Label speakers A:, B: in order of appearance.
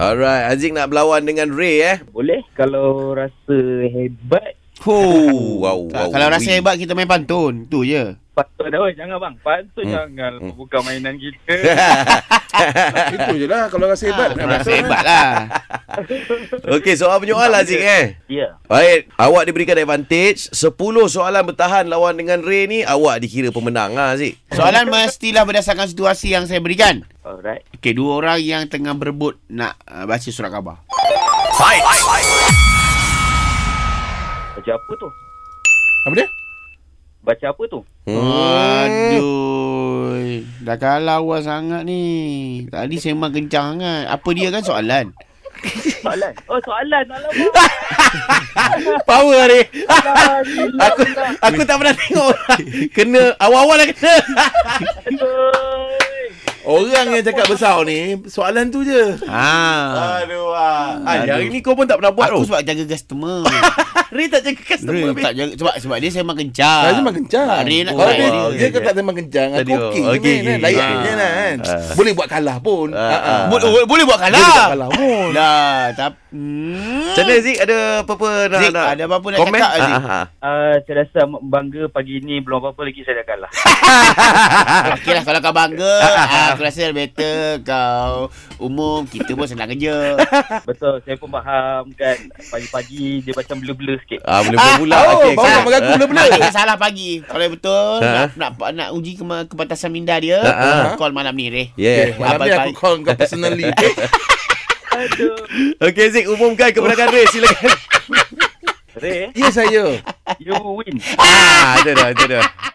A: Alright, Aziz nak berlawan dengan Ray eh.
B: Boleh kalau rasa hebat
A: Huh, wow,
C: Tak,
A: wow.
C: kalau
A: wee.
C: rasa hebat kita main pantun, tu je.
B: Patut dah oi, jangan bang Patut hmm. jangan hmm. Bukan mainan kita
D: Itu je lah Kalau rasa hebat nak
C: Rasa
D: betul,
C: hebat lah.
A: Okey, soal penyoal Aziz eh.
B: Ya
A: Baik, awak diberikan advantage 10 soalan bertahan lawan dengan Ray ni Awak dikira pemenang lah Aziz
C: Soalan mestilah berdasarkan situasi yang saya berikan.
B: Alright
C: Okey, dua orang yang tengah berebut nak uh, baca surat khabar.
B: Baca apa tu
D: eh. Apa dia?
B: Baca apa tu
A: Hmm.
C: Hmm. Aduh. Dah kalah awal sangat ni. Tadi sembang kencang sangat. Apa dia kan soalan?
B: Soalan Oh soalan Alamak
A: Power hari Aku aku tak pernah tengok orang Kena awal-awal dah kena
B: Oi.
D: Orang yang cakap besar ni Soalan tu je
C: Ha.
D: Aduh ah. Ah,
C: Aduh.
D: Hari ni kau pun tak pernah buat
C: Aku
D: tu
C: sebab jaga customer.
A: Ray tak jaga
C: Ray
A: customer
C: tak jaga sebab sebab dia sembang kencang.
D: Dia memang kencang
C: Tak, Ray nak
D: Kalau
C: keluar
D: Ah, dia,
A: oh,
D: dia
A: okey,
D: kata tak memang kencang Aku
A: Tadi, oh,
D: okey
A: okey,
D: okay, kan,
A: okey.
D: Layak
C: Ah.
D: je kan
A: Ah.
D: Boleh buat kalah pun
A: Ah,
D: Ah, ah.
A: ah.
C: Bo- boleh, boleh buat
D: Dia
C: kalah.
D: tak kalah pun
C: Lah, tapi hmm.
A: Macam mana Zik ada apa-apa nak,
C: Zik,
A: nak
C: ada apa-apa nak
A: komen?
C: cakap, Zik?
A: Ah, ah, ah.
B: Uh, saya rasa amat bangga pagi ni belum apa-apa lagi saya dah kalah.
C: Okey lah kalau kau bangga ah, Aku rasa better kau Umum kita pun senang kerja
B: Betul, saya pun faham kan. Pagi-pagi dia macam blur-blur sikit.
A: Ah, boleh-boleh pula
D: Oh
A: Okey,
D: baru
A: okey.
D: nak mengaku
C: Nak
D: mula-mula
C: cakap salah pagi Kalau yang betul
A: Ha?
C: nak, nak, nak uji kema, kepatasan minda dia
A: Ha, ha.
C: Call malam ni Reh
A: Yeah.
D: Malam ni aku
C: Abang-
D: call kau personally
B: Aduh.
A: Okey Zik umumkan kemenangan Ray silakan.
B: Re,
D: Ya saya
B: you win.
A: ah, itu dah, itu dah.